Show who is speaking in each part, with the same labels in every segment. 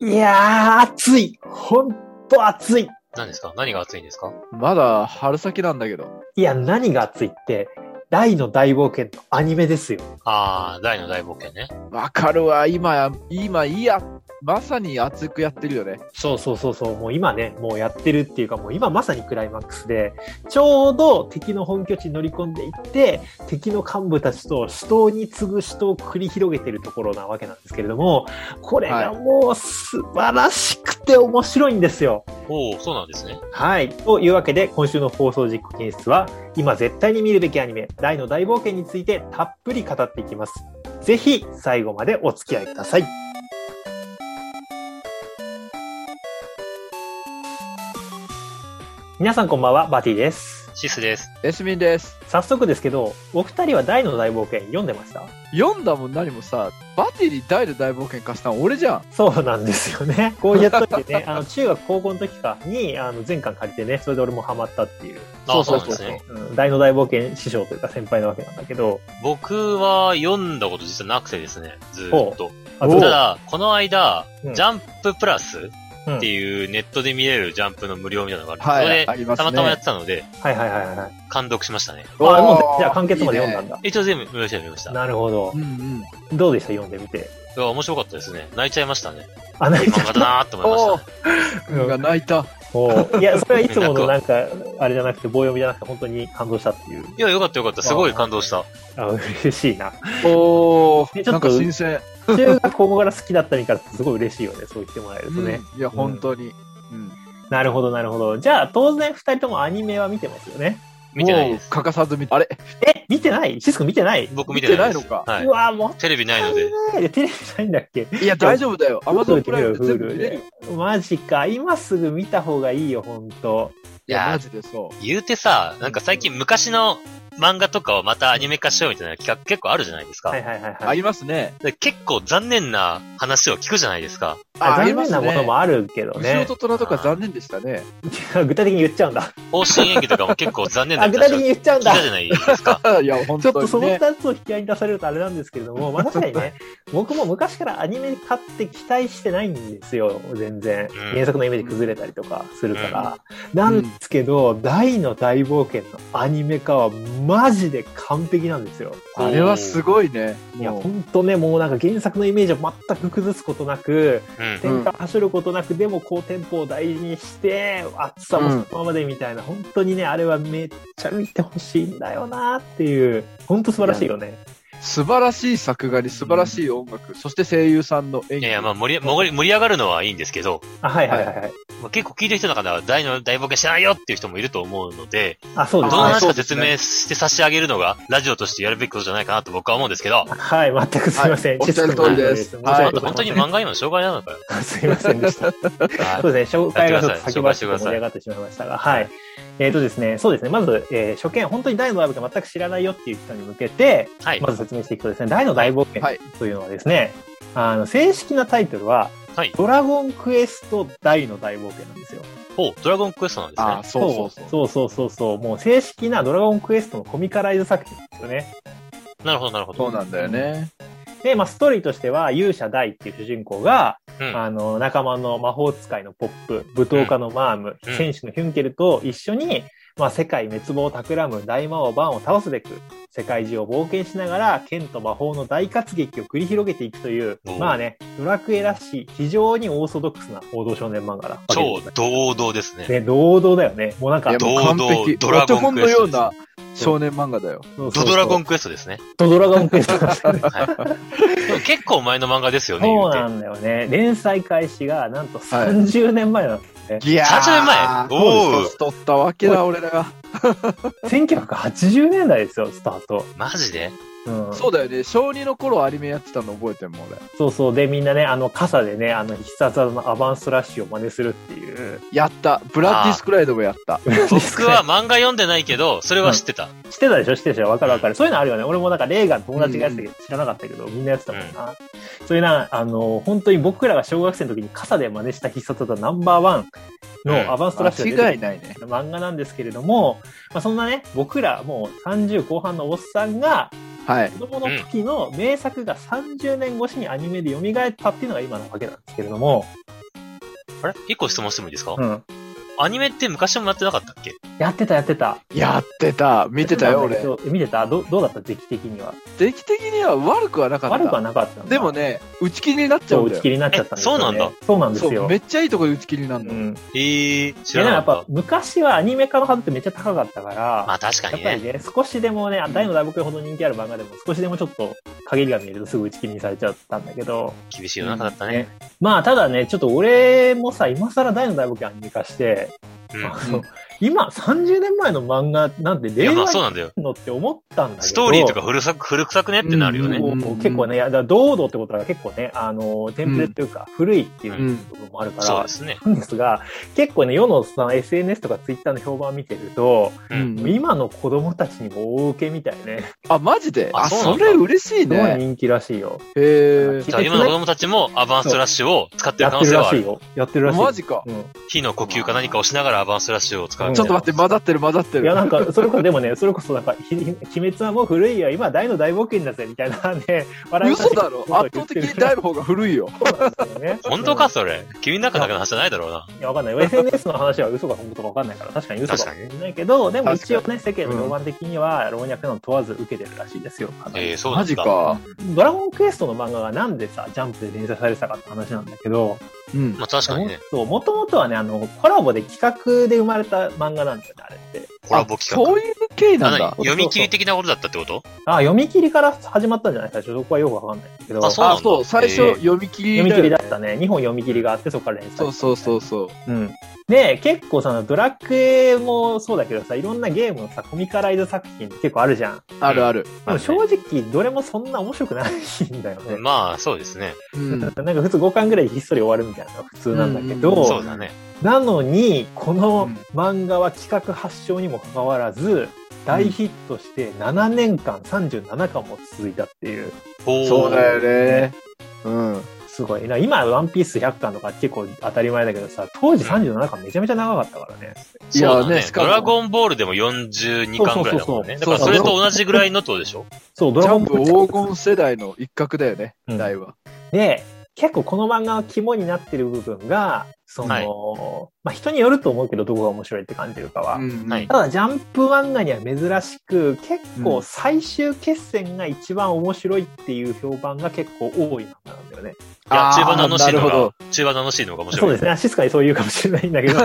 Speaker 1: いやー、暑い。ほんと暑い。
Speaker 2: 何ですか何が暑いんですか
Speaker 3: まだ春先なんだけど。
Speaker 1: いや、何が暑いって、大の大冒険のアニメですよ。
Speaker 2: あー、大の大冒険ね。
Speaker 3: わかるわ、今、今、いや、まさに熱くやってるよね。
Speaker 1: そうそうそうそう、もう今ね、もうやってるっていうか、もう今まさにクライマックスで、ちょうど敵の本拠地に乗り込んでいって、敵の幹部たちと死闘に次ぐ死闘を繰り広げてるところなわけなんですけれども、これがもう素晴らしくて面白いんですよ。
Speaker 2: おー、そうなんですね。
Speaker 1: はい。というわけで、今週の放送実行検出は、今絶対に見るべきアニメ、大の大冒険についてたっぷり語っていきます。ぜひ、最後までお付き合いください。皆さんこんばんは、バティです。
Speaker 2: シスです。
Speaker 3: エスミンです。
Speaker 1: 早速ですけど、お二人は大の大冒険読んでました
Speaker 3: 読んだも何もさ、バテリー大の大冒険貸したの俺じゃん。
Speaker 1: そうなんですよね。こういう時ってね、あの、中学高校の時かに、あの、全巻借りてね、それで俺もハマったっていう。
Speaker 2: あー、そうなんですね。
Speaker 1: うん大の大冒険師匠というか先輩なわけなんだけど、
Speaker 2: 僕は読んだこと実はなくてですね、ずーっと。
Speaker 1: あ
Speaker 2: た
Speaker 1: どう
Speaker 2: だ、この間、
Speaker 1: うん
Speaker 2: ジャンププラス
Speaker 1: うん
Speaker 2: っていうネットで見れるジャンプの無料みたいなのがあ
Speaker 3: は
Speaker 2: るんで
Speaker 3: い、
Speaker 2: す。そ
Speaker 3: あ
Speaker 2: れ
Speaker 3: り
Speaker 2: で、
Speaker 3: ま
Speaker 2: た
Speaker 3: すね。
Speaker 2: またまやってたので、
Speaker 1: はいはいはいはい。
Speaker 2: 感読しましたね。
Speaker 1: あ、
Speaker 3: おー
Speaker 1: もう、じゃあ完結まで読んだんだ。
Speaker 2: 一応全部見ました、見ました。い
Speaker 1: なるほど
Speaker 3: う。ん
Speaker 1: どうでした読んでみて。
Speaker 2: や、面白かったですね。泣いちゃいましたね。
Speaker 1: あ、泣いちゃ
Speaker 2: 漫画
Speaker 1: っ
Speaker 2: だ
Speaker 1: た。
Speaker 2: なーって思いました、ね。
Speaker 3: うん。が泣いた。
Speaker 1: もういや、それはいつものなんか、あれじゃなくて、棒読みじゃなくて、本当に感動したっていう。
Speaker 2: いや、よかったよかった。すごい感動した。
Speaker 1: あ、嬉しいな。
Speaker 3: お
Speaker 1: ね
Speaker 3: ー、
Speaker 1: ちょ
Speaker 3: な
Speaker 1: っと
Speaker 3: んか新鮮。
Speaker 1: 中学高校から好きだったりからってすごい嬉しいよね。そう言ってもらえるとね。
Speaker 3: うんいや、本当に。うん。
Speaker 1: なるほど、なるほど。じゃあ、当然二人ともアニメは見てますよね。
Speaker 2: 見てないです。
Speaker 3: もう欠かさず見て、あれ
Speaker 1: え、見てないシスコ見てない、
Speaker 2: 僕見てないです。
Speaker 3: 見てないのか
Speaker 2: は
Speaker 1: う
Speaker 2: い。
Speaker 1: わもっ
Speaker 2: テレビない
Speaker 1: た
Speaker 2: の
Speaker 1: い
Speaker 2: で。
Speaker 1: ないで、テレビないんだっけ
Speaker 3: いや、大丈夫だよ。アマゾン
Speaker 1: Hulu
Speaker 3: プライムで全部見
Speaker 1: で見
Speaker 3: れ
Speaker 1: れ
Speaker 3: る
Speaker 1: る
Speaker 3: よ。
Speaker 1: マジか。今すぐ見た方がいいよ、本当
Speaker 3: い
Speaker 2: い
Speaker 3: や、
Speaker 2: や
Speaker 3: マジでそう。
Speaker 2: 言うてさ、なんか最近昔の漫画とかをまたアニメ化しようみたいな企画結構あるじゃないですか。
Speaker 1: はいはいはいはい
Speaker 3: あ。りますね。
Speaker 2: で結構残念な話を聞くじゃないですか。
Speaker 1: あ
Speaker 3: あり
Speaker 1: 残
Speaker 3: ま
Speaker 1: 念
Speaker 3: すね
Speaker 1: なものもあるけど
Speaker 3: 後ろ
Speaker 1: ね。
Speaker 3: と虎とか残念でしたね。
Speaker 1: 具体的に言っちゃうんだ。
Speaker 2: 方針演技 とかも結構残念な
Speaker 1: あ、具体
Speaker 2: 話を
Speaker 1: 的に
Speaker 2: 聞
Speaker 1: 言
Speaker 2: い
Speaker 1: っちゃうんだ
Speaker 2: た。じゃないです か。
Speaker 3: いや、本
Speaker 1: ちょっと
Speaker 3: 当
Speaker 1: そ
Speaker 3: に
Speaker 1: の
Speaker 3: ね。
Speaker 1: 2つを引き合いに出されるとあれなんですけれども、まあ、確かにね、僕も昔からアニメ化って期待してないんですよ、全然
Speaker 2: ん。
Speaker 1: 原作のイメージ崩れたりとかするから。なんですけど、大の大冒険のアニメ化はマジで完璧なんですよ。
Speaker 2: の
Speaker 3: あれはすごいね。
Speaker 1: いや、ほ
Speaker 3: も
Speaker 1: んとね、もうなんか原作のイメージを全く崩すことなく、
Speaker 2: うん。
Speaker 1: 転換走ることなく、でも高テンポを大事にして、暑さもそのままでみたいな、本当にね、あれはめっちゃ見てほしいんだよなっていう、本当素晴らしいよね。
Speaker 3: う、素晴らしい作画に素晴らしい音楽、そして声優さんの演
Speaker 2: い
Speaker 3: 技。
Speaker 2: やいや、まあ盛り盛り盛り上がるのはいいんですけど、
Speaker 1: あ、はいはいはいはい。
Speaker 2: まあ結構聞いてる人の中では大の大冒険知らないよっていう人もいると思うので、
Speaker 1: あ、そう
Speaker 2: ど
Speaker 1: で
Speaker 2: の
Speaker 1: すね。
Speaker 2: 話か説明して差し上げるのが、ラジオとしてやるべきことじゃないかなと僕は思うんですけど、
Speaker 1: はい、全くすいません。
Speaker 3: はいおっしゃる通りです
Speaker 1: 申し訳
Speaker 3: は
Speaker 2: あ
Speaker 3: い
Speaker 1: ご
Speaker 2: と
Speaker 1: ざい
Speaker 2: 本
Speaker 1: ま
Speaker 2: 当
Speaker 1: せん
Speaker 2: に漫画今の障害なのかよ。
Speaker 1: すいませんで した。
Speaker 2: はい
Speaker 1: そうですね、紹介がちょっと先走
Speaker 2: や
Speaker 1: っ
Speaker 2: っててください
Speaker 1: 盛り上がってしまいましたが、はい。えっ、とですね、そうですね、まず、えー初見、本当に大の大冒険全く知らないよっていう人に向けて、
Speaker 2: はい。
Speaker 1: まず説明していくとですね、大の大冒険
Speaker 3: はい
Speaker 1: というのはですね、あの、正式なタイトルは、
Speaker 2: はい
Speaker 1: ドラゴンクエスト大の大冒険なんですよ。
Speaker 2: ほう、ドラゴンクエストなんですね。
Speaker 3: あ、そうそうそう。
Speaker 1: そうそうそうそう。もう正式なドラゴンクエストのコミカライズ作品ですよね。
Speaker 2: なるほど、なるほ
Speaker 3: そう
Speaker 2: ど。
Speaker 3: なんだよね。
Speaker 1: で、まあ、ストーリーとしては、勇者大っていう主人公が、
Speaker 2: うん
Speaker 1: あの、仲間の魔法使いのポップ、舞踏家のマーム、
Speaker 2: うん
Speaker 1: 戦士のヒュンケルと一緒に、まあ、世界滅亡を企む大魔王バンを倒すべく、世界中を冒険しながら、剣と魔法の大活劇を繰り広げていくという
Speaker 2: お、う
Speaker 1: まあね、ドラクエらしい、非常にオーソドックスな王道少年漫画だわけです
Speaker 2: 超堂々ですね。
Speaker 1: ね、堂々だよね。もうなんか
Speaker 3: いや、、もう
Speaker 2: 堂々
Speaker 3: 完璧。
Speaker 2: ドラ
Speaker 3: お手
Speaker 2: ゴン
Speaker 3: 本
Speaker 2: クエ
Speaker 3: の
Speaker 2: スト
Speaker 3: よ
Speaker 2: で
Speaker 3: う
Speaker 2: す
Speaker 3: な少年漫画だよ。
Speaker 1: そうそうそ
Speaker 2: ド
Speaker 1: う
Speaker 2: ドラゴンクエストですね。
Speaker 1: ドドラゴンクエストだった
Speaker 2: でも結構前の漫画ですよね、
Speaker 1: そうな
Speaker 2: 言うて。
Speaker 1: んだよね。連載開始がなんと30年前なの。
Speaker 3: いや
Speaker 2: 30年前おう
Speaker 3: 年取ったわけだ、俺らが。
Speaker 1: 1980年代ですよ、スタート。
Speaker 2: マジで
Speaker 1: うん、
Speaker 3: そうだよね。小2の頃アニメやってたの覚えてるもん、俺。
Speaker 1: そうそう。で、みんなね、あの、傘でね、あの、必殺技のアバンスラッシュを真似するって いう。
Speaker 3: やった。ブラッディスクライドもやった。
Speaker 2: 僕は漫画読んでないけど、それは知ってた。
Speaker 1: 知ってた でしょ知ってたでしょわかるわかる。そういうのあるよね。俺もなんか、レーガン友達がやってたけど、知らなかったけど、みんなやってたもんな。そういうな、あの、本当に僕らが小学生の時に傘で真似した必殺技ナンバーワンのアバンスラッシュが出てく
Speaker 3: 間
Speaker 1: る
Speaker 3: 違いないね。
Speaker 1: 漫画なんですけれども、まあ、そんなね、僕らもう30後半のおっさんが、
Speaker 3: はい。
Speaker 1: 子供の時の名作が30年越しにアニメで蘇ったっていうのが今なわけなんですけれども、
Speaker 2: あれ一個質問してもいいですか、
Speaker 1: うん。
Speaker 2: アニメって昔もやってなかったっけ
Speaker 1: やってた、やってた。
Speaker 3: やってた。見てたよ、俺。
Speaker 1: そう。え見てたどどうだった時期的には。
Speaker 3: 出来的には悪くはなかった。
Speaker 1: 悪くはなかったんだ
Speaker 3: でも、ね、打ち切りになっちゃ
Speaker 1: そうう、
Speaker 3: ん
Speaker 1: 打
Speaker 3: だ
Speaker 1: ち
Speaker 3: よ
Speaker 1: 切。りになっちゃったんですよ、ね。
Speaker 2: えそうなんだ。
Speaker 1: そうなんです
Speaker 3: そう、
Speaker 1: よ
Speaker 3: め。っちゃいいとこで打ち切りになる
Speaker 1: う
Speaker 3: の。
Speaker 1: ん。
Speaker 2: ええー、知
Speaker 1: で
Speaker 2: ら
Speaker 1: もや
Speaker 2: な
Speaker 1: っ
Speaker 2: か
Speaker 1: ぱ
Speaker 2: っ
Speaker 1: 昔はアニメ化のハードルってめっちゃ高かったから、
Speaker 2: た。まあ確か
Speaker 1: やっ
Speaker 2: に
Speaker 1: ぱり
Speaker 2: ね。
Speaker 1: ね、少しでもね、大の大木ほど人気ある漫画でも、少しでもちょっと限りが見えるとすぐ打ち切りにされちゃったんだけど、
Speaker 2: 厳しい世の中だったね。
Speaker 1: まあただね、ちょっと俺もさ、今更大の大木アニメ化して、
Speaker 2: うん。
Speaker 1: あの 今30年前の漫画なんて
Speaker 2: い
Speaker 1: 令
Speaker 2: や、まあ
Speaker 1: 和
Speaker 2: そうなんだよ。
Speaker 1: のって思ったんだけど、
Speaker 2: ストーリーとか古さく、古臭くねってなるよね。
Speaker 3: うん
Speaker 1: そうそう結構ね、いやだから堂々ってことが結構ね、あの、テンプレというか、古いっていう部分もあるか
Speaker 2: そう
Speaker 1: ら
Speaker 2: で、すね。
Speaker 1: なんですが、結構ね、世のその SNS とか Twitter の評判を見てると、
Speaker 2: うん。
Speaker 3: うん
Speaker 1: 今の子供たちにも大受けみたい ね。
Speaker 3: あ、マジで
Speaker 2: あ
Speaker 3: あ、
Speaker 2: そうな
Speaker 3: そ
Speaker 2: んだ
Speaker 3: れ嬉しい
Speaker 1: すごい
Speaker 3: ね。
Speaker 1: 人気らしいよ。
Speaker 3: へえ。
Speaker 2: じゃあ今の子供たちもアバンストラッシュを使って
Speaker 1: や
Speaker 2: る可
Speaker 1: っ
Speaker 2: 能
Speaker 1: てるら
Speaker 2: 性はあ
Speaker 1: しい
Speaker 2: る。
Speaker 1: よ。やってるらしい。
Speaker 3: マジか。
Speaker 1: う
Speaker 2: 火の呼吸か何かをしながらアバンストラッシュを使
Speaker 1: う
Speaker 2: う。
Speaker 1: ん
Speaker 3: ちょっと待って、混ざってる混ざって
Speaker 1: ん、いや、
Speaker 3: る。
Speaker 1: なんか、それこそ、でもね、それこそ、なんか、ひひ鬼滅はもう古いよ。今、大の大冒険だぜ、みたいなね、笑い
Speaker 3: 嘘だ ろ圧倒的に大の方が古いよ。
Speaker 1: ね。
Speaker 2: 本当か
Speaker 1: い
Speaker 2: それ。君の中だけの話じゃないだろうな。
Speaker 1: や、わかんない。SNS の話は嘘か本当かわかんないから、確かに嘘かもしれないけど、でも一応ね、世間の評判的には、老若男問わず受けてるらしいですよ。かなり
Speaker 2: ええそうな
Speaker 3: マ
Speaker 2: ん
Speaker 3: ジ
Speaker 2: だ。
Speaker 3: か。
Speaker 1: ドラゴンクエストの漫画がなんでさ、ジャンプで連載されてたかって話なんだけど、
Speaker 3: うん。
Speaker 2: まあ確かにね。
Speaker 1: そう、もともとはね、あの、コラボで企画で生まれた漫画なんだよね、あれって。
Speaker 2: コラボ企
Speaker 3: あそういう系
Speaker 2: 画。
Speaker 3: なん
Speaker 2: あ
Speaker 3: だ
Speaker 2: 何。読み切り的なことだったってこと
Speaker 1: あ、読み切りから始まったんじゃない最初、そこはよくわかんないんだけど。
Speaker 2: あそうなん
Speaker 3: あ、
Speaker 2: だ
Speaker 3: そう、最初
Speaker 2: ええ
Speaker 3: 読み切り
Speaker 1: 読み切りだ
Speaker 3: よね
Speaker 1: ったね。2本読み切りがあって、そこから連載。
Speaker 3: そうそうそうそう。
Speaker 1: うん。で、結構さ、ドラクエもそうだけどさ、いろんなゲームのさ、コミカライズ作品って結構あるじゃん。
Speaker 3: あるある。
Speaker 1: でも正直、どれもそんな面白くないんだよね。
Speaker 2: まあそうですね。
Speaker 3: うん。
Speaker 1: なんか普通5巻ぐらいでひっそり終わるみたいなのが普通なんだけど、
Speaker 3: うん
Speaker 2: そうだね。
Speaker 1: なのに、この
Speaker 3: うん
Speaker 1: 漫画は企画発祥にもかかわらず、大ヒットして7年間、37巻も続いたっていう、
Speaker 2: ほう。
Speaker 3: そうだよね。うん。
Speaker 1: すごい。な今、ワンピース100巻とか結構当たり前だけどさ、当時37巻めちゃめちゃ長かったからね。
Speaker 3: い
Speaker 2: そう
Speaker 3: や
Speaker 2: だ
Speaker 3: ね、
Speaker 2: ね
Speaker 3: し。か
Speaker 2: ド
Speaker 3: も。
Speaker 2: ラゴンボールでも42巻ぐらいだもんね。
Speaker 1: そうそうそうそう
Speaker 2: だからそれと同じぐらいのとでしょ
Speaker 1: そう、ド
Speaker 3: ジ
Speaker 1: ラ
Speaker 3: ャ
Speaker 1: ゴ
Speaker 3: ン
Speaker 1: ン
Speaker 3: プ
Speaker 1: ボール
Speaker 3: 黄金世代の一角だよね、
Speaker 1: うん
Speaker 3: 台は。
Speaker 1: で、結構この漫画の肝になってる部分が、その、
Speaker 2: はい
Speaker 1: まあ人によると思うけど、どこが面白いって感じるかは。
Speaker 3: うん
Speaker 2: はい
Speaker 1: ただ、ジャンプ漫画には珍しく、結構最終決戦が一番面白いっていう評判が結構多い漫画なんだよね。
Speaker 2: いや、
Speaker 3: あー
Speaker 2: 中盤の楽しいの
Speaker 3: なるほ
Speaker 2: が、中盤の楽しいのが面白い。
Speaker 1: そうですね。静かにそう言うかもしれないんだ けど。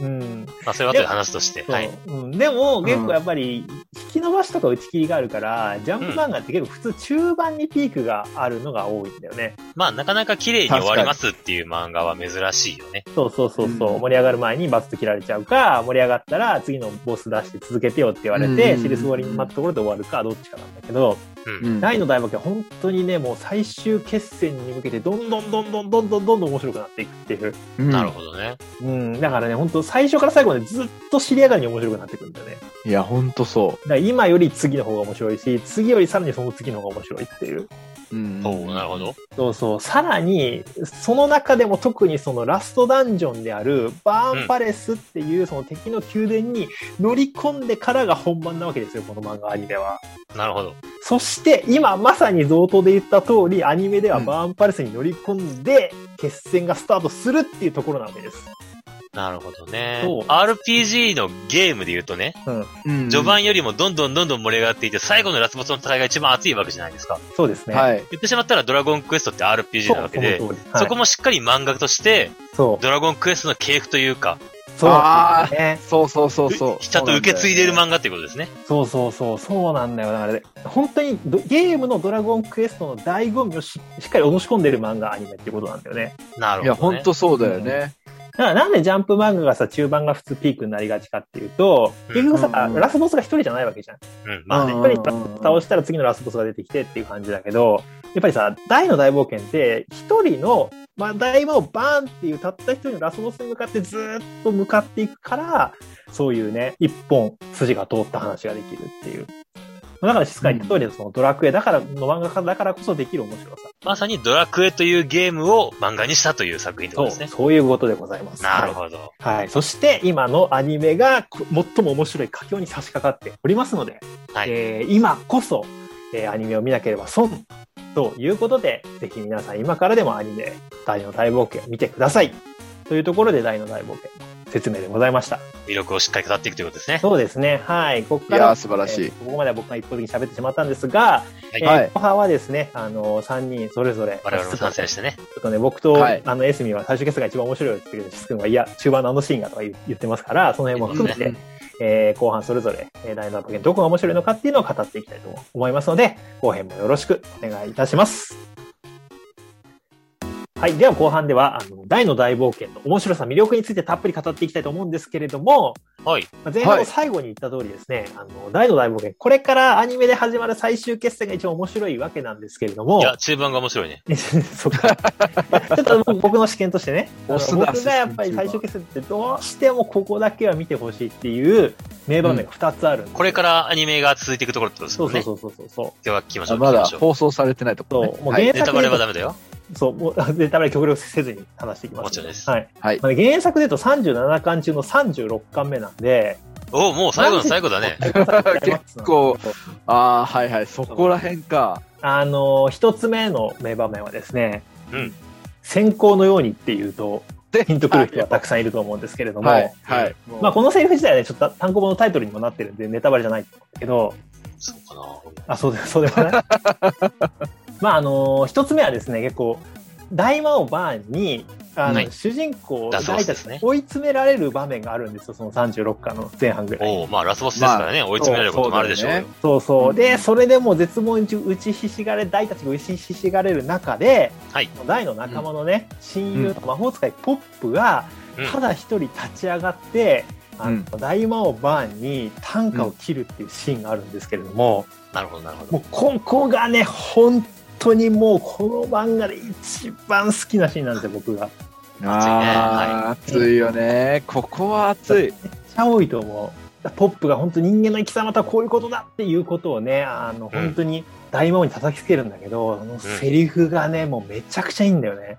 Speaker 1: うん。
Speaker 2: まあそれは後で話として。
Speaker 1: そう
Speaker 2: はい。
Speaker 1: うん、でも、結構やっぱり、引き伸ばしとか打ち切りがあるから、ジャンプ漫画って結構普通中盤にピークがあるのが多いんだよね。
Speaker 2: まあなかなか綺麗に終わりますっていう漫画は珍しいよね。
Speaker 1: そうそうそうそう、
Speaker 3: うん
Speaker 1: 盛り上がる前にバスと切られちゃうか、盛り上がったら次のボス出して続けてよって言われて、
Speaker 3: うん
Speaker 1: シリスボリに待ったところで終わるか、どっちかなんだけど、
Speaker 2: うん。
Speaker 3: うん
Speaker 1: 大の大爆は本当にね、もう最終決戦に向けて、どんどんどんどんどんどんどんどん面白くなっていくっていう。
Speaker 3: うん
Speaker 2: なるほどね。
Speaker 1: うん、だからね、本当最初から最後までずっと知り上がりに面白くなってくるんだよね。
Speaker 3: いや、ほんとそ
Speaker 1: だから今より次の方が面白いし、次よりさらにその次の方が面白いっていう。
Speaker 3: う。うん
Speaker 2: おおなるほど。
Speaker 1: そうそう。さらに、その中でも特にそのラストダンジョンであるバーンパレスっていうその敵の宮殿に乗り込んでからが本番なわけですよ、この漫画アニメは。
Speaker 2: なるほど。
Speaker 1: そして今まさに贈答で言った通り、アニメではバーンパレスに乗り込んで決戦がスタートするっていうところなわけです。
Speaker 2: なるほどね
Speaker 1: そう。
Speaker 2: RPG のゲームで言うとね、
Speaker 1: うん。
Speaker 3: うん
Speaker 2: 序盤よりもどんどんどんどん盛り上がっていて、最後のラスボスの戦いが一番熱いわけじゃないですか。
Speaker 1: そうですね。い。
Speaker 3: はい。
Speaker 2: 言ってしまったらドラゴンクエストって RPG
Speaker 1: そう
Speaker 2: なわけ
Speaker 1: その
Speaker 2: で、
Speaker 1: 通り。
Speaker 2: そこもしっかり漫画として、
Speaker 1: そ
Speaker 2: ドラゴンクエストの系譜というか、
Speaker 1: う。そう。
Speaker 3: あ
Speaker 1: ね
Speaker 3: そうそうそうそう。
Speaker 2: ちゃんと受け継いでいる
Speaker 3: ま
Speaker 2: 漫画っていうことですね。
Speaker 1: そうそうそう、そうなんだよ。だからね、本当にどゲームのドラゴンクエストの醍醐味をししっかり落とし込んでる漫画アニメってことなんだよね。
Speaker 2: ないる
Speaker 3: や、
Speaker 2: ほど、
Speaker 3: ほ
Speaker 2: ね。
Speaker 3: んとそうだよね。
Speaker 1: だからなんでジャンプ漫画がさ、中盤が普通ピークになりがちかっていうと、結局さ、
Speaker 3: うんうん
Speaker 1: ラスボスが一人じゃないわけじゃん。
Speaker 2: うん、まあね。
Speaker 1: やっぱり倒したら次のラスボスが出てきてっていう感じだけど、やっぱりさ、大の大冒険って、一人の、まあ、大魔王バーンっていうたった一人のラスボスに向かってずーっと向かっていくから、そういうね、一本筋が通った話ができるっていう。だから、静かに言った通りのそのドラクエだから、の漫画家だからこそできる面白さ。
Speaker 2: まさにドラクエというゲームを漫画にしたという作品ってことですね。
Speaker 1: そういうことでございます。
Speaker 2: な
Speaker 1: ど。
Speaker 2: るほど。
Speaker 1: はい。そして、今のアニメがこ最も面白い佳境に差し掛かっておりますので、
Speaker 2: はい。
Speaker 1: えー今こそ、えーアニメを見なければ損ということで、ぜひ皆さん今からでもアニメ、大の大冒険を見てください。というところで大の大冒険説明でございました。
Speaker 2: 魅力をしっかり語っていくということですね。
Speaker 1: そうですね。はい。ここか
Speaker 3: いや
Speaker 1: ら、
Speaker 3: ー素晴らしい
Speaker 1: えーここまでは僕が一方的に喋ってしまったんですが、
Speaker 2: はい
Speaker 1: えー
Speaker 3: はい
Speaker 1: 後半はですね、あのー、3人それぞれ、
Speaker 2: 我々も参戦してね。
Speaker 1: ちょっとね、僕と、
Speaker 3: はい
Speaker 1: あの、エスミンは最終決戦が一番面白いよって言ってるけど、シス君は、いや、中盤のあのシーンがとか言言ってますから、その辺も含めて、
Speaker 3: うん
Speaker 1: えー後半それぞれ、えー、ダイナーポケンどこが面白いのかっていうのを語っていきたいと思いますので、後編もよろしくお願いいたします。はい。では後半では、あの、大の大冒険の面白さ、魅力についてたっぷり語っていきたいと思うんですけれども、
Speaker 2: はい。
Speaker 1: まあ前半
Speaker 3: は
Speaker 1: の
Speaker 3: い
Speaker 1: 最後に言った通りですね、あの、大の大冒険、これからアニメで始まる最終決戦が一番面白いわけなんですけれども、
Speaker 2: いや、中盤が面白いね。
Speaker 1: えそっか。 ちょっと僕の試験としてね、あの
Speaker 3: 押すな
Speaker 1: 僕がやっぱり最終決戦ってどうしてもここだけは見てほしいっていう名場面が2つあるんですよ、
Speaker 2: これからアニメが続いていくところってことです
Speaker 1: そ
Speaker 2: も
Speaker 1: うんそう
Speaker 2: ね。
Speaker 1: そうそうそうそ
Speaker 2: 今日は聞きましょ
Speaker 3: あ
Speaker 2: う。
Speaker 3: ま
Speaker 2: 聞
Speaker 3: だ
Speaker 2: きましょう
Speaker 3: 放送されてないところ、ね。
Speaker 1: そうもう
Speaker 3: はい
Speaker 1: 原
Speaker 2: ネタバレはダメだよ。
Speaker 1: う。そう、もう、ネタバレ極力せずに話していきます。
Speaker 2: もちろんです
Speaker 1: はい。
Speaker 3: はい
Speaker 1: まあね原作で言うと37巻中の36巻目なんで、
Speaker 2: おお、もう最後の最後だね。
Speaker 3: 結構。ああ、はいはい。そこら辺か。
Speaker 1: あの、一つ目の名場面はですね、
Speaker 2: うん
Speaker 1: 先行のようにっていうと、
Speaker 3: で
Speaker 1: ヒントくる人はたくさんいると思うんですけれども、
Speaker 3: はい。はい。
Speaker 1: まあ、このセリフ自体はね、ちょっと単行本のタイトルにもなってるんで、ネタバレじゃないんだけど、
Speaker 2: そうかな。
Speaker 1: あ、そうで、そうでも ない。まあ、あのー一つ目はですね、結構、大魔王バーンに、あの、
Speaker 2: はい
Speaker 1: 主人公、
Speaker 2: ラスボ
Speaker 1: 大
Speaker 2: ス
Speaker 1: た
Speaker 2: で
Speaker 1: ち
Speaker 2: す
Speaker 1: に
Speaker 2: ね
Speaker 1: 追い詰められる場面があるんですよ、その36巻の前半ぐらい。
Speaker 2: おお、まあラスボスですからね、追い詰められることもあるでしょうよ
Speaker 3: そ。
Speaker 1: そうそう。
Speaker 3: うん
Speaker 1: で、それでもう絶望に打ちひしがれ、大たちが打ちひしがれる中で、
Speaker 2: はい
Speaker 1: 大の仲間のね、親友の魔法使いポップが、
Speaker 2: うん
Speaker 1: ただ一人立ち上がって、あの
Speaker 3: うん
Speaker 1: 大魔王バーンに短歌を切るっていうシーンがあるんですけれども、
Speaker 2: なるほど、なるほど。
Speaker 1: もうここがね本当にもうこの漫画で一番好きなシーンなんですよ僕がめっ
Speaker 3: ああ、熱いよね。ここは熱い。
Speaker 1: ちゃ多いと思うポップが本当人間の生き様とはこういうことだっていうことをねあの
Speaker 2: うん
Speaker 1: 本当に大魔王に叩きつけるんだけど、そのセリフがねもうめちゃくちゃいいんだよね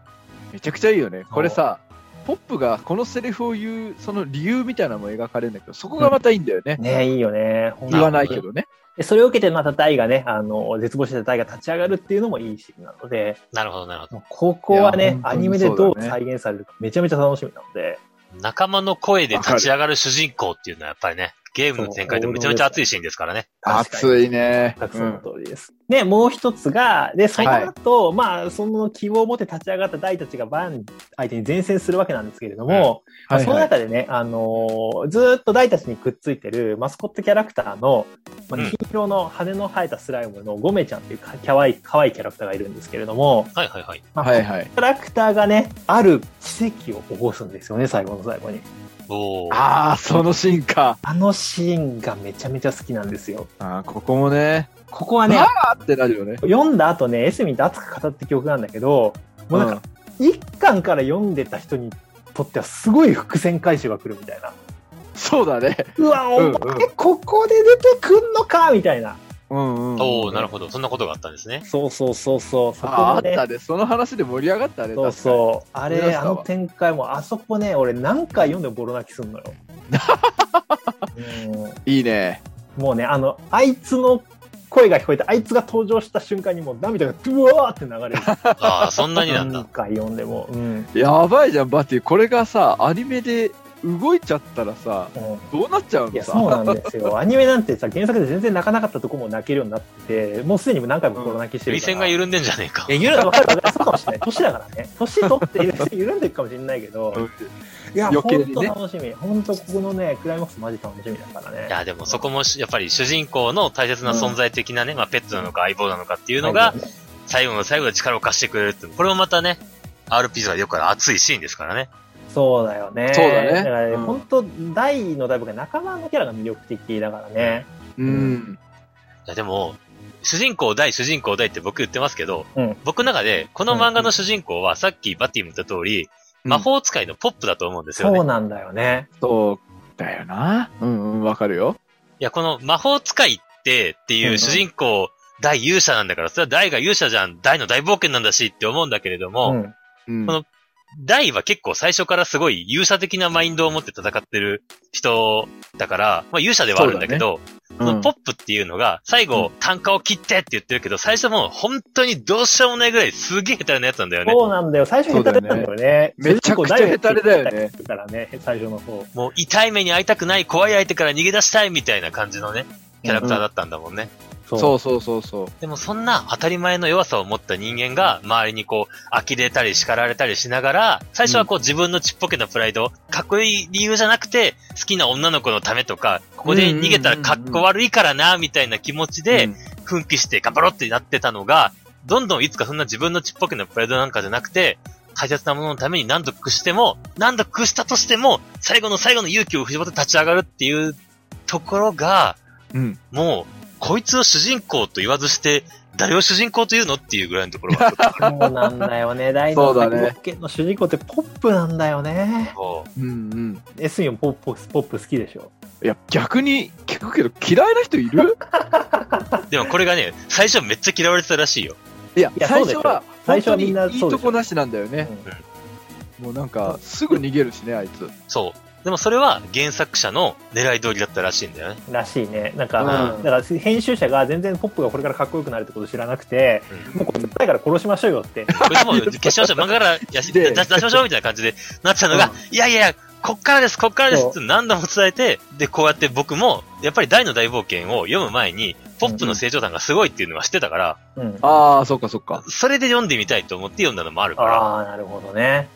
Speaker 3: めちゃくちゃいいよね。これさ、ポップがこのセリフを言う、その理由みたいなのも描かれるんだけど、そこがまたいいんだよね。
Speaker 1: ねいいよね
Speaker 2: ん
Speaker 3: 言わないけどね。
Speaker 1: でそれを受けてまた大がねあの絶望してた大が立ち上がるっていうのもいいシーンなので
Speaker 2: なるほど、なるほ
Speaker 1: もうここはい
Speaker 3: や
Speaker 1: ね
Speaker 3: 本当
Speaker 1: ア
Speaker 3: に
Speaker 1: ニメでど
Speaker 3: そううだね
Speaker 1: 再現されるかめちゃめちゃ楽しみなので
Speaker 2: ど。仲間の声で立ち上がる主人公っていうのはやっぱりね、ゲームの展開でめちゃめちゃ熱いシーンですからね。
Speaker 3: 熱いね。
Speaker 1: 全く
Speaker 3: う
Speaker 1: その
Speaker 3: ん。
Speaker 1: 通りです。で、もう一つが、で、その後、まあ、その希望を持って立ち上がった大たちがバーン相手に前線するわけなんですけれども、まあ
Speaker 3: はい
Speaker 1: その
Speaker 3: はい
Speaker 1: 中でね、あのーずーっと大たちにくっついてるマスコットキャラクターの、まあ
Speaker 2: うん
Speaker 1: 金色の羽の生えたスライムのゴメちゃんっていうかかわいい、かわいいキャラクターがいるんですけれども、
Speaker 2: はいはいはい。
Speaker 1: まあ
Speaker 3: はいはい。
Speaker 1: キャラクターがね、ある奇跡を起こすんですよね、最後の最後に。
Speaker 2: おお。
Speaker 3: ああ、そのシーンか。
Speaker 1: あのシーンがめちゃめちゃ好きなんですよ。
Speaker 3: ああ、ここもね。
Speaker 1: ここはね、
Speaker 3: あってなるよね。
Speaker 1: 読んだ後ね、エスミンって熱く語った曲なんだけど、もうなんか、
Speaker 3: う
Speaker 1: 一巻から読んでた人にとってはすごい伏線回収が来るみたいな。
Speaker 3: んそうだね。
Speaker 1: うわ、お
Speaker 3: うんうん
Speaker 1: 前ここで出てくんのかみたいな。
Speaker 3: うんうんうん。
Speaker 2: おおなるほど。そんなことがあったんですね。
Speaker 1: そうそうそうそう。そこ
Speaker 3: ああ
Speaker 1: も
Speaker 3: ーあっ
Speaker 1: ね
Speaker 3: た。ね。その話で盛り上がったね。
Speaker 1: そう
Speaker 3: う。
Speaker 1: そう。あ
Speaker 3: 思い出
Speaker 1: れ、
Speaker 3: し
Speaker 1: あ
Speaker 3: たわ
Speaker 1: の展開も、あそこね、俺何回読んでもボロ泣きすんのよ。うん
Speaker 3: いいね。
Speaker 1: もうね、あの、あいつの声が聞こえて、あいつが登場した瞬間にもう涙がブワーって流れる。
Speaker 2: ああ、そんなになんだ
Speaker 1: 何。回読んでも。うん。
Speaker 3: やばいじゃん、バティ。これがさ、アニメで動いちゃったらさ、
Speaker 1: うん
Speaker 3: どうなっちゃう
Speaker 1: い
Speaker 3: の
Speaker 1: や、
Speaker 3: さ。
Speaker 1: そうなんですよ。アニメなんてさ、原作で全然泣かなかったとこも泣けるようになってて、もうすでに何回も心泣きしてる
Speaker 2: 涙
Speaker 1: から。
Speaker 2: 腺が緩んでんじゃねえか
Speaker 1: い。や緩んでわかるわかるそうかもしれない。年だからね。年取って緩んで緩んでいくかもしれないけど、いや、
Speaker 3: 余計
Speaker 1: 本
Speaker 3: に
Speaker 1: 当
Speaker 3: ね
Speaker 1: 楽しみ。本当ここのね、クライマックスマジ楽しみだからね。
Speaker 2: いや、でもそこもしやっぱり主人公の大切な存在的なね、まあペットなのか相棒なのかっていうのが、最後の最後で力を貸してくれるって、これもまたね、RPG がよくある熱いシーンですからね。
Speaker 1: そうだよね。
Speaker 3: そうだね
Speaker 1: から
Speaker 3: うん
Speaker 1: 本当大の大僕が仲間のキャラが魅力的だからね。
Speaker 3: うん。
Speaker 2: いや、でも、主人公大、主人公大って僕言ってますけど、
Speaker 1: うん
Speaker 2: 僕の中で、この漫画の主人公はさっきバティも言った通り、魔法使いのポップだと思うんですよね。
Speaker 1: そう
Speaker 2: い
Speaker 1: なんだよね。
Speaker 3: そうだよな。うんうん、わかるよ。
Speaker 2: や、この魔法使いって、って
Speaker 1: うんう
Speaker 2: い
Speaker 1: ん
Speaker 2: う主人公大勇者なんだから、それは大が勇者じゃん、大の大冒険なんだしって思うんだけれども、
Speaker 1: うん。
Speaker 3: うん。
Speaker 2: この大は結構最初からすごい勇者的なマインドを持って戦ってる人だから、まあ勇者ではあるんだけど、そのポップっていうのが、最後、単価を切ってって言ってるけど、最初もう本当にどうしようもないぐらいすげえ下手なやつなんだよね。
Speaker 1: そうなんだよ。最初下手だったんだよね。
Speaker 3: そうだよねめちゃくちゃ下手だよ
Speaker 1: 主人公
Speaker 3: ね
Speaker 1: ダイエットしてたからね、最初の方。
Speaker 2: もう痛い目に会いたくない、怖い相手から逃げ出したいみたいな感じのね、キャラクターだったんだもんね。
Speaker 1: そ
Speaker 3: そうそうそうそう。
Speaker 2: でもそんな当たり前の弱さを持った人間が周りにこう呆れたり叱られたりしながら、最初はこう自分のちっぽけなプライド、かっこいい理由じゃなくて好きな女の子のためとか、ここで逃げたらかっこ悪いからな、みたいな気持ちで
Speaker 3: うん、
Speaker 2: 奮起して頑張ろうってなってたのが、どんどんいつかそんな自分のちっぽけなプライドなんかじゃなくて、大切なもののために何度屈しても、何度屈したとしても、最後の最後の勇気を振り絞って立ち上がるっていうところが、
Speaker 3: うん。
Speaker 2: もう、こいつを主人公と言わずして、誰を主人公と言うのっていうぐらいのと ころがあった。
Speaker 1: そうなんだよね。大
Speaker 3: そ
Speaker 1: の
Speaker 3: うだ
Speaker 1: 作
Speaker 3: ね
Speaker 1: 物系の主人公ってポップなんだよね。
Speaker 2: こ
Speaker 3: うんうん。
Speaker 1: エスミンポップ、ポップ好きでしょ。
Speaker 3: いや、逆に聞くけど嫌いな人いる
Speaker 2: うでもこれがね、最初めっちゃ嫌われてたらしいよ。
Speaker 3: いや
Speaker 1: い、や
Speaker 3: 最初は、
Speaker 1: そうでしょ最初はみんな
Speaker 3: 本当に
Speaker 1: そう
Speaker 3: いい
Speaker 1: でしょ
Speaker 3: とこなしなんだよね。もうなんか、すぐ逃げるしね、あいつ。
Speaker 2: そう。でもそれは原作者の狙い通りだったらしいんだよね。
Speaker 1: らしいね。なんか、
Speaker 3: うん
Speaker 1: だから編集者が全然ポップがこれからかっこよくなるってこと知らなくて、
Speaker 2: うん
Speaker 1: もうこれ前から殺しましょうよって。
Speaker 2: こいつも決勝者漫画からやし
Speaker 3: で
Speaker 2: 出し出しましょうみたいな感じでなってたのが、いやいやいや、こっからです、こっからですって何度も伝えて、で、こうやって僕も、やっぱり大の大冒険を読む前に、ポップの成長感がすごいっていうのは知ってたから、
Speaker 1: うん、
Speaker 3: ああ、そっかそっか。
Speaker 2: それで読んでみたいと思って読んだのもあるから、
Speaker 1: ああ、なるほどね。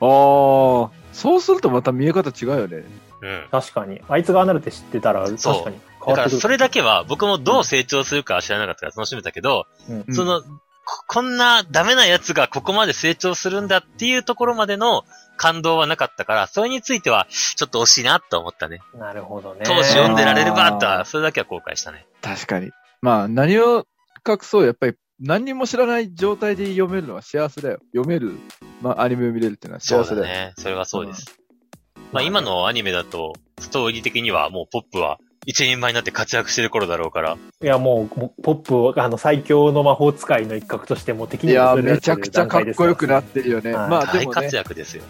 Speaker 3: ああ、そうするとまた見え方違うよね。
Speaker 2: うん。
Speaker 1: 確かに。あいつがああなるって知ってたら、確
Speaker 2: そう
Speaker 1: かに
Speaker 2: だ
Speaker 1: 変
Speaker 2: か
Speaker 1: わっ
Speaker 2: ら
Speaker 1: てくる。
Speaker 2: それだけは僕もどう成長するかは知らなかったから楽しめたけど、
Speaker 1: うん
Speaker 2: その、ここんなダメな奴がここまで成長するんだっていうところまでの感動はなかったから、それについてはちょっと惜しいなと思ったね。
Speaker 1: なるほどね。
Speaker 2: 当時読んでられればあった
Speaker 3: あー
Speaker 2: ら、それだけは後悔したね。
Speaker 3: 確かに。まあ、何を隠そう、やっぱり何にも知らない状態で読めるのは幸せだよ。読める、まあ、アニメを見れるっていうのは
Speaker 2: そ
Speaker 3: 幸
Speaker 2: う
Speaker 3: せ
Speaker 2: だ
Speaker 3: だよ。
Speaker 2: ね。それはそうです。まあ今のアニメだと、ストーリー的にはもうポップは一人前になって活躍してる頃だろうから、
Speaker 1: いや、もうもう、ポップを、あの、最強の魔法使いの一角として、もう敵
Speaker 3: い
Speaker 1: に
Speaker 3: や
Speaker 1: 恐れ
Speaker 3: ー、
Speaker 1: ら
Speaker 3: め
Speaker 1: れ
Speaker 3: ち
Speaker 1: て
Speaker 3: ゃ
Speaker 1: る
Speaker 3: くちゃ
Speaker 1: 段
Speaker 3: かっ
Speaker 1: 階です
Speaker 3: こ
Speaker 1: ら
Speaker 3: よくなってるよね。
Speaker 1: はい
Speaker 3: まあ、で
Speaker 2: 大
Speaker 3: もね
Speaker 2: 活、躍ですよ。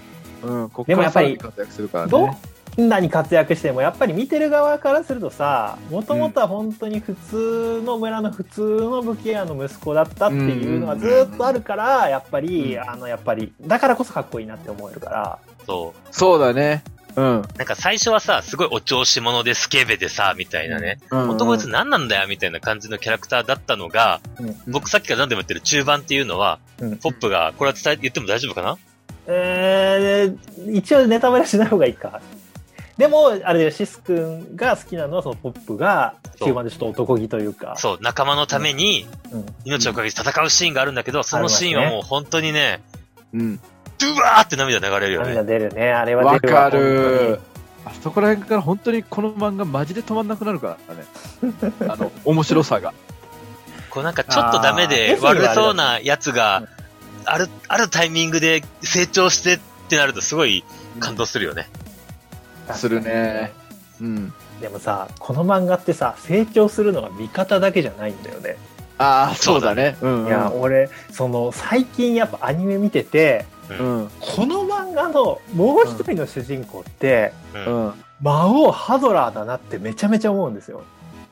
Speaker 3: うん、こっか
Speaker 1: でもや
Speaker 3: ら
Speaker 1: っぱ
Speaker 3: さ
Speaker 1: り
Speaker 3: らに活躍するから
Speaker 1: ど
Speaker 3: ね。
Speaker 1: んなに活躍してもやっぱり見てる側からするとさもともとは本当に普通の村の普通の武器屋の息子だったっていうのは
Speaker 3: うん
Speaker 1: ずーっとあるからやっぱり、
Speaker 3: うん
Speaker 1: あのやっぱりだからこそかっこいいなって思えるから
Speaker 2: そ
Speaker 3: そうだね。うん。
Speaker 2: う。なんか最初はさ、すごいお調子者でスケベでさ、みたいなね。
Speaker 3: 本
Speaker 2: 本当こいつ何なんだよ、みたいな感じのキャラクターだったのが、僕さっきから何でも言ってる中盤っていうのは、
Speaker 1: うん
Speaker 2: ポップが、これは伝え、言っても大丈夫かな
Speaker 1: えー、一応ネタバレしない方がいいかでもあれだよシス君が好きなのはそのポップが
Speaker 2: そう
Speaker 1: 中盤でちょっと男気というか
Speaker 2: そう、仲間のために
Speaker 1: うん
Speaker 2: 命をかけて戦うシーンがあるんだけど、そのシーンはもう本当にね、
Speaker 3: うん。
Speaker 2: ドゥワーって涙流れるよ
Speaker 1: 涙
Speaker 2: ね。
Speaker 1: 出るねあれは
Speaker 3: わ
Speaker 1: 出るわ
Speaker 3: かる
Speaker 1: 本。
Speaker 3: あそこら辺から本当にこの漫画マジで止まんなくなる からね。あの、面白さが。
Speaker 2: こうなんかちょっとダメ
Speaker 1: あ
Speaker 2: で
Speaker 1: ー
Speaker 2: 悪そうなやつ
Speaker 1: う
Speaker 2: が
Speaker 1: ん、
Speaker 2: ある、あるタイミングで成長してってなるとすごい感動するよね。
Speaker 1: 当に
Speaker 3: するねうん。
Speaker 1: でもさこの漫画ってさ成長するのが味方だけじゃないんだよね、
Speaker 3: ああ、そうだね。うんうん。
Speaker 1: いや俺その最近やっぱアニメ見てて
Speaker 3: うん。
Speaker 1: この漫画のもう一人の主人公って、
Speaker 2: うん。
Speaker 3: うん。
Speaker 1: 魔王ハドラーだなってめちゃめちゃ思うんですよ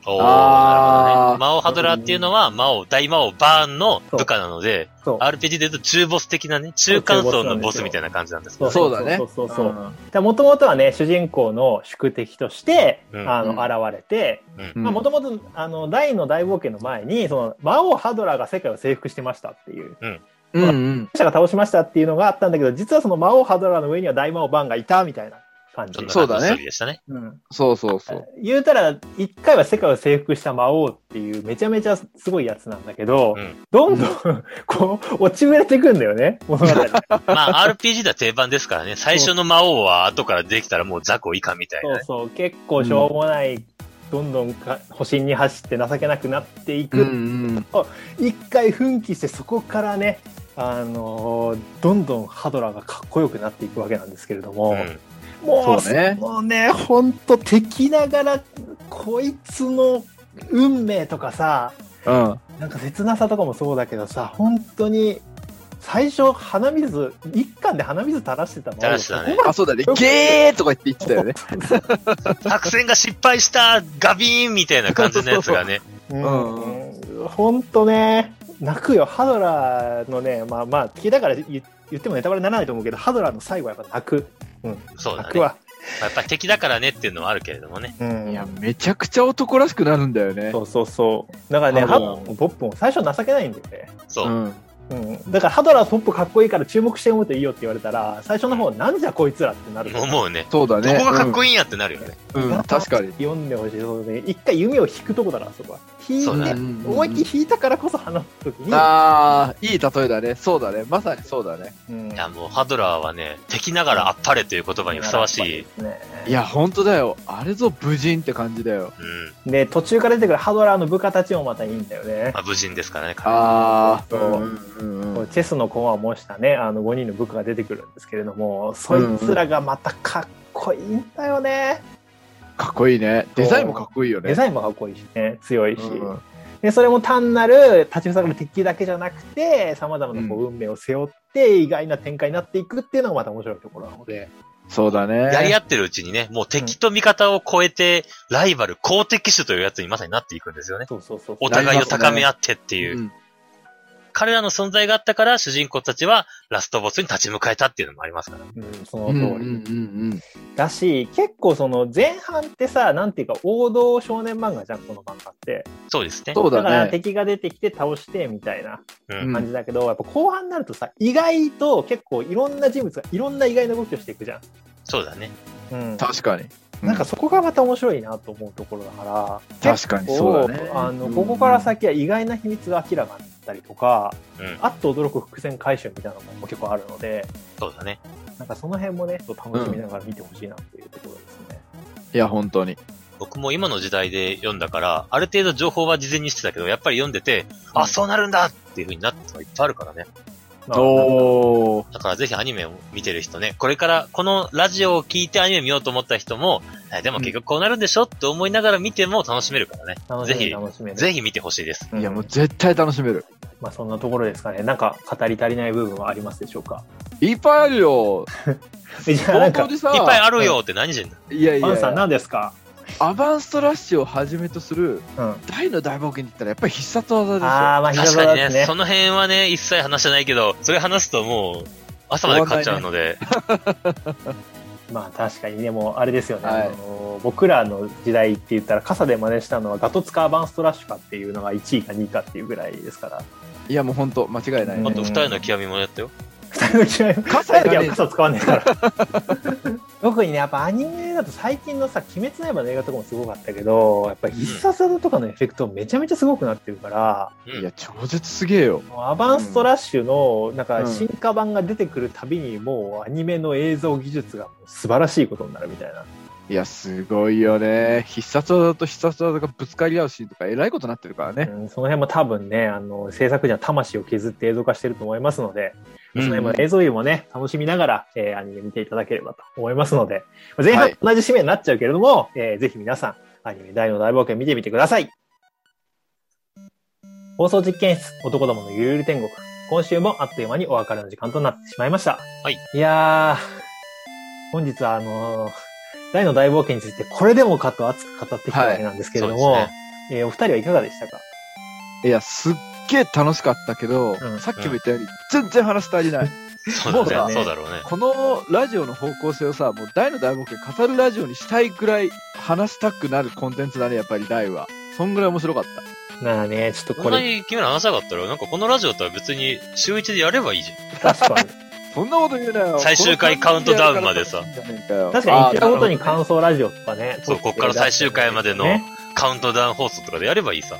Speaker 2: おー
Speaker 3: あー
Speaker 2: なるほどね魔王ハドラーっていうのは、魔王、大魔王バーンの部下なので、
Speaker 1: そう
Speaker 2: RPG で言うと中ボス的なね、中間層のボスみたいな感じなんですけど、
Speaker 3: そうだね
Speaker 1: そうそうそうもともとはね主人公の宿敵として、
Speaker 2: うん
Speaker 1: あの
Speaker 3: うん
Speaker 1: 現れて
Speaker 2: うん
Speaker 3: うん
Speaker 1: もともと大の大冒険の前にその魔王ハドラーが世界を征服してましたっていう
Speaker 3: うんうん。
Speaker 1: 者が倒しましたっていうのがあったんだけど、実はその魔王ハドラーの上には大魔王バンがいたみたいな感じ
Speaker 2: そん。な
Speaker 3: そう
Speaker 2: 感じのス
Speaker 3: だね
Speaker 2: トーリーでしたね。
Speaker 1: うん
Speaker 3: そうそうそう。
Speaker 1: 言うたら、一回は世界を征服した魔王っていうめちゃめちゃすごいやつなんだけど、
Speaker 2: うん
Speaker 1: どんどん こう、落ちぶれていくんだよね、物語。そ
Speaker 2: まあ、RPG では定番ですからね、最初の魔王は後からできたらもう雑魚以下みたいなね
Speaker 1: う。そう、結構しょうもない、どんどんか保身に走って情けなくなっていく、
Speaker 3: うん。
Speaker 1: 一回奮起してそこからね、あのーどんどんハドラーがかっこよくなっていくわけなんですけれども、
Speaker 2: うん
Speaker 1: もう
Speaker 3: そうね
Speaker 1: もうね、ほんと敵ながら、こいつの運命とかさ、
Speaker 3: うん。
Speaker 1: なんか切なさとかもそうだけどさ、本当に最初、鼻水、一巻で鼻水垂らしてたの
Speaker 2: 垂らしてたね
Speaker 1: ここ
Speaker 3: あ、そうだね。 ゲーとか言って言ってたよね。
Speaker 2: 作戦が失敗したガビーンみたいな感じのやつがね。
Speaker 1: うんほんとね、泣くよ、ハドラーのね、まあまあ、聞いたから言言ってもネタバレにならないと思うけど、ハドラーの最後はやっぱ泣く、
Speaker 2: そうだ
Speaker 1: 泣
Speaker 2: ね。
Speaker 1: く
Speaker 2: や
Speaker 1: わ。
Speaker 2: っぱり敵だからねっていうのはあるけれどもね。
Speaker 1: うん
Speaker 3: いや、めちゃくちゃ男らしくなるんだよね。
Speaker 1: そうそうそう。だからね、
Speaker 3: ハ
Speaker 1: ハ
Speaker 3: ド
Speaker 1: ド
Speaker 3: ラー
Speaker 1: ラーもポップも最初情けないんだよね。
Speaker 2: そう。
Speaker 3: ん。
Speaker 1: うん、だからハドラーポップかっこいいから注目して思うといいよって言われたら、最初の方、なんじゃこいつらってなる。
Speaker 2: 思うね。
Speaker 3: そうだ
Speaker 2: ど
Speaker 3: ね。
Speaker 2: こがかっこいいんやってなるよね。
Speaker 3: うんうん 確かに。
Speaker 1: 読んでほしい。そうね。一回弓を引くとこだから、そこは。引い
Speaker 2: そうだ
Speaker 1: て、
Speaker 2: ね
Speaker 1: 思いっきり引いたからこそ話すときに、
Speaker 3: ああ、いい例えだね。そうだね。まさにそうだね。
Speaker 1: うん
Speaker 2: いや、もうハドラーはね、敵ながらあっぱれという言葉にふさわしい。
Speaker 1: ね
Speaker 3: いや、ほんとだよ。あれぞ武人って感じだよ。
Speaker 2: うん。
Speaker 1: で、途中から出てくるハドラーの部下たちもまたいいんだよね
Speaker 2: ま。あ、無人ですからね。
Speaker 3: ああ、
Speaker 1: そう
Speaker 3: うんうん
Speaker 1: こ
Speaker 3: う
Speaker 1: うんチェスの駒を模したね、あの5人の部下が出てくるんですけれども、そいつらがまたかっこいいんだよね。
Speaker 3: かっこいいね。デザインもかっこいいよね。
Speaker 1: デザインもかっこいいしね、強いし。
Speaker 3: うんうん
Speaker 1: でそれも単なる立ちふさがる敵だけじゃなくてさまざまなこ
Speaker 3: う
Speaker 1: う運命を背負って意外な展開になっていくっていうのがまた面白いところなので、
Speaker 3: そうだね。
Speaker 2: やり合ってるうちにね、もう敵と味方を超えて、ライバル、公敵種というやつにまさになっていくんですよね。
Speaker 1: そうそうそう
Speaker 2: お互いを高め合ってっていう。
Speaker 3: うん
Speaker 2: 彼らの存在があったから、主人公たちはラストボスに立ち向かえたっていうのもありますからね。
Speaker 1: うん、その通
Speaker 3: うん
Speaker 1: り、
Speaker 3: うんうん
Speaker 1: だし結構その前半ってさなんていうか王道少年漫画じゃんこの漫画って
Speaker 2: そうですね。
Speaker 3: そう
Speaker 1: だか
Speaker 3: だ
Speaker 1: ら
Speaker 3: ね。
Speaker 1: 敵が出てきて倒してみたいな
Speaker 2: うん
Speaker 1: 感じだけど、やっぱ後半になるとさ意外と結構いろんな人物がいろんな意外な動きをしていくじゃん、
Speaker 2: そうだね。
Speaker 1: うん、
Speaker 3: 確かに。
Speaker 1: なんかそこがまた面白いなと思うところだから
Speaker 3: 確かにそうだね
Speaker 1: 結構あの
Speaker 3: うん
Speaker 1: ここから先は意外な秘密が明らかになったりとか、
Speaker 2: うん。
Speaker 1: あっと驚く伏線回収みたいなのも結構あるので、
Speaker 2: そうだね。
Speaker 1: なんかその辺もね、そう楽しみながら見てほしいなというところですね。
Speaker 3: いや、本当に。
Speaker 2: 僕も今の時代で読んだから、ある程度情報は事前にしてたけど、やっぱり読んでて、あ、そうなるんだっていう風になったのがいっぱいあるからね。
Speaker 1: まあ
Speaker 3: おー。
Speaker 2: だからぜひアニメを見てる人ね、これからこのラジオを聞いてアニメ見ようと思った人も、えでも結局こうなるんでしょって思いながら見ても楽しめるからね。
Speaker 1: 楽
Speaker 2: ぜ
Speaker 1: しみ
Speaker 2: ひ、
Speaker 1: 楽しみね
Speaker 2: ぜひ見てほしいです。
Speaker 1: うん
Speaker 3: いや、もう絶対楽しめる。
Speaker 1: まあそんなところですかね。なんか語り足りない部分はありますでしょうか。
Speaker 3: いっぱいあるよ。
Speaker 1: えじ ゃあな
Speaker 3: 本
Speaker 1: ん
Speaker 3: 当
Speaker 1: か、
Speaker 3: にさ、
Speaker 2: いっぱいあるよって何人だ、
Speaker 3: いやい
Speaker 1: パンさ
Speaker 3: や
Speaker 1: ん、何ですか
Speaker 3: アバンストラッシュをはじめとする
Speaker 1: うん。あ
Speaker 3: 大の大冒険に言ったらやっぱり必殺技ですよ。
Speaker 1: あー、まあ、
Speaker 2: 確
Speaker 1: 膝
Speaker 2: か
Speaker 1: 側
Speaker 2: にね
Speaker 1: ですね
Speaker 2: そ。の辺はね、一切話してないけど、それ話すともう、朝までかっちゃうので、
Speaker 1: まあ確かにね、もうあれですよね。
Speaker 3: はい
Speaker 1: あのー僕らの時代って言ったら、傘で真似したのはガトツカアバンストラッシュかっていうのが1位か2位かっていうぐらいですから。
Speaker 3: いやもう本当間違いない
Speaker 2: あ
Speaker 1: 本
Speaker 3: ね
Speaker 1: 当。
Speaker 2: と二人の極みもやったよ。
Speaker 1: 二人の違い
Speaker 3: 傘いら
Speaker 1: だけ
Speaker 3: ね
Speaker 1: は
Speaker 3: え
Speaker 1: 傘使わねえから 特にねやっぱアニメだと最近のさ「鬼滅の刃」の映画とかもすごかったけどやっぱ必殺技とかのエフェクトめちゃめちゃすごくなってるから、
Speaker 2: うん
Speaker 3: いや、超絶すげえよ。
Speaker 1: もうアバンストラッシュのなん
Speaker 3: うん
Speaker 1: か進化版が出てくるたびにもうアニメの映像技術がもう素晴らしいことになるみたいない
Speaker 3: や、すごいよね。必殺技と必殺技がぶつかり合うシーンとか、えらいことになってるからね。
Speaker 1: うんその辺も多分ねあの制作には魂を削って映像化してると思いますので、その辺も映像美もね楽しみながら、えーアニメ見ていただければと思いますので前
Speaker 3: は
Speaker 1: 半
Speaker 3: い
Speaker 1: と同じ締めになっちゃうけれども、えーぜひ皆さんアニメ大の大冒険見てみてください放送実験室男どものゆるゆる天国今週もあっという間にお別れの時間となってしまいました、
Speaker 2: はい、
Speaker 1: いやー本日はあのー大の大冒険についてこれでもかと熱く語ってきたわけなんですけれども、
Speaker 2: はいそうで
Speaker 1: えーお二人はいかがでしたか
Speaker 3: いや、すっげえ楽しかったけど、
Speaker 1: うん
Speaker 3: さっきも言ったように、全然話足りない。
Speaker 2: そうだ
Speaker 1: そ
Speaker 2: ね。そうう
Speaker 1: だ
Speaker 2: だろうね。
Speaker 3: このラジオの方向性をさ、もう大の大冒険語るラジオにしたいぐらい話したくなるコンテンツだね、やっぱり大は。そんぐらい面白かった。
Speaker 1: なあね、ちょっと
Speaker 2: こ
Speaker 1: こ
Speaker 2: んな
Speaker 1: れ、
Speaker 2: に君ら話さなかったら、なんかこのラジオとは別に週一でやればいいじゃん。
Speaker 1: 確かに。
Speaker 3: そんなこと言うなよ。
Speaker 2: 最終回カウントダウンまでさ
Speaker 3: この感じでやるから楽しいん
Speaker 1: 確かに、
Speaker 3: じゃねえよ
Speaker 1: 一回
Speaker 3: あー
Speaker 1: ごとに感想ラジオとかね。
Speaker 2: そうこっから最終回までのカウントダウン放送とかでやればいいさ。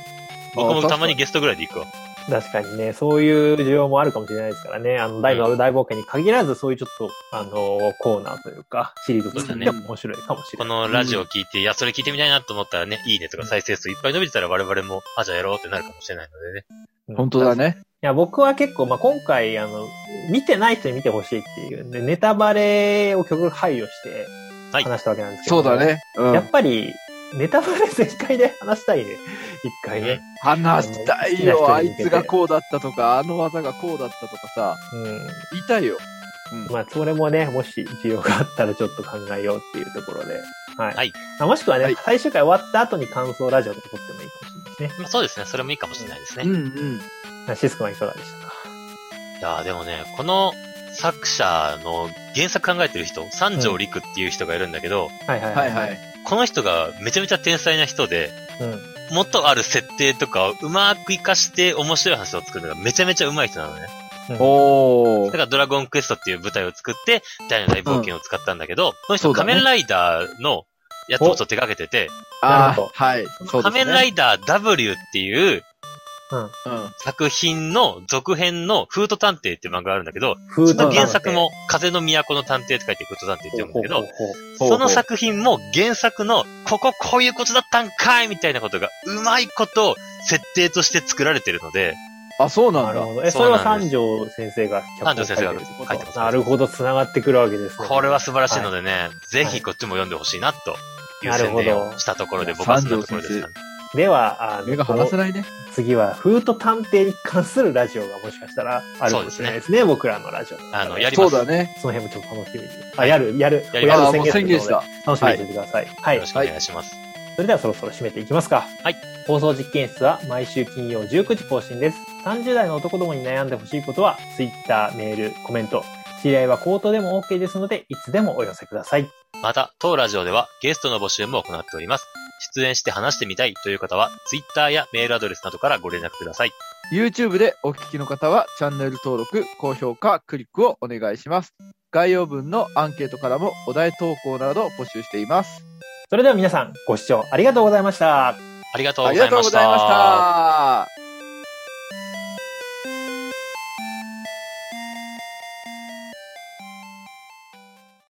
Speaker 2: 僕もたまにゲストぐらいで行くわ。
Speaker 1: 確かにね、そういう需要もあるかもしれないですからね。あの、大の大冒険に限らず、そういうちょっと、あの、コーナーというか、シリーズとしても面白いかもしれ
Speaker 2: こ
Speaker 1: ない。
Speaker 2: のラジオ聞いて、いや、それ聞いてみたいなと思ったらね、いいねとか再生数いっぱい伸びてたら我々も、あ、じゃあやろうってなるかもしれないのでね。
Speaker 1: うん
Speaker 3: 本当だ。ね。
Speaker 1: いや、僕は結構、まあ、今回、あの、見てない人に見てほしいっていうんで、ネタバレを極力配慮して、
Speaker 2: はい
Speaker 1: 話したわけなんですけど、
Speaker 3: そうだ。ね。う
Speaker 1: や
Speaker 3: ん
Speaker 1: っ。ぱり、ネタバレ全開で話したいね。一回ね。
Speaker 3: 話したいよ、
Speaker 1: あの好きな人
Speaker 3: あ
Speaker 1: に
Speaker 3: い
Speaker 1: 向けて
Speaker 3: つがこうだったとか、あの技がこうだったとかさ、
Speaker 1: う
Speaker 3: 言いたいよ。
Speaker 1: ん。まあ、それもね、もし需要があったらちょっと考えようっていうところで。はい。
Speaker 2: はい
Speaker 1: まあ、もしくはね、
Speaker 3: はい
Speaker 1: 最終回終わった後に感想ラジオとか撮ってもいいかもしれないですね。
Speaker 2: まあそうですね。それもいいかもしれないですね。
Speaker 3: んうん。
Speaker 1: シスコはいかがでしたか
Speaker 2: いやーでもね、この作者の原作考えてる人、三条陸っていう人がいるんだけど、
Speaker 1: はいはい
Speaker 3: はいはい。
Speaker 2: この人がめちゃめちゃ天才な人で、
Speaker 1: うん。
Speaker 2: 元ある設定とかをうまく活かして面白い話を作るのがめちゃめちゃ上手い人なのね。
Speaker 3: お
Speaker 2: だか
Speaker 3: ー。
Speaker 2: らドラゴンクエストっていう舞台を作って、大の大冒険を使ったんだけど、この人
Speaker 3: そうだね
Speaker 2: 仮面ライダーのやつをちょっと手掛けてて、
Speaker 1: なる
Speaker 3: あ
Speaker 1: ほど
Speaker 3: ーはい。そうですね。
Speaker 2: 仮面ライダー W っていう
Speaker 3: うん。
Speaker 2: 作品の続編のフート探偵っていう漫画があるんだけど、
Speaker 1: フー
Speaker 2: そ
Speaker 1: ド
Speaker 2: の原作も風の都の探偵って書いてフート探偵って読むんだけど、
Speaker 3: ほう
Speaker 2: その作品も原作の、こここういうことだったんかいみたいなことが、うまいことを設定として作られてるので、
Speaker 3: あ、そうな
Speaker 1: なんる
Speaker 3: だ。
Speaker 1: ほど。え、そ
Speaker 2: そ
Speaker 1: れ
Speaker 2: う
Speaker 1: は
Speaker 2: なんで
Speaker 1: 三条先生が脚本を書いてるってこ
Speaker 2: 三条先生が書いてま
Speaker 1: と
Speaker 2: す
Speaker 1: なるほど、繋がってくるわけですね。
Speaker 2: これは素晴らしいのでね、ぜひこっちも読んでほしいな、という
Speaker 1: なる
Speaker 2: 宣
Speaker 1: ほど
Speaker 2: 伝をしたところで、
Speaker 3: いや
Speaker 2: 僕はそんなところですかね。
Speaker 1: では、あ
Speaker 3: 目が離せないね。
Speaker 1: 次は、フート探偵に関するラジオがもしかしたらあるかもしれないですね。僕らのラジオ。
Speaker 2: あのやりま
Speaker 3: そ
Speaker 2: す
Speaker 3: うだね。
Speaker 1: その辺もちょっと楽しみに。あ、やる、やる。
Speaker 2: やります
Speaker 1: や
Speaker 3: あ
Speaker 1: る
Speaker 3: ーもう宣言し
Speaker 1: する
Speaker 3: た
Speaker 1: の。で楽しみにしててください。はい
Speaker 2: よろ。しくお願いします。
Speaker 1: それではそろそろ締めていきますか。
Speaker 2: はい。
Speaker 1: 放送実験室は毎週金曜19時更新です。30代の男どもに悩んでほしいことは、Twitter、メール、コメント、知り合いは口頭でも OK ですので、いつでもお寄せください。
Speaker 2: また、当ラジオではゲストの募集も行っております。出演して話してみたいという方は、Twitter やメールアドレスなどからご連絡ください。
Speaker 3: YouTube でお聞きの方は、チャンネル登録、高評価、クリックをお願いします。概要文のアンケートからもお題投稿など募集しています。
Speaker 1: それでは皆さん、ご視聴ありがとうございました。
Speaker 2: ありがとうご
Speaker 3: あり
Speaker 2: ざい
Speaker 3: がとう
Speaker 2: ま
Speaker 3: ご
Speaker 2: し。
Speaker 3: ざいましたた。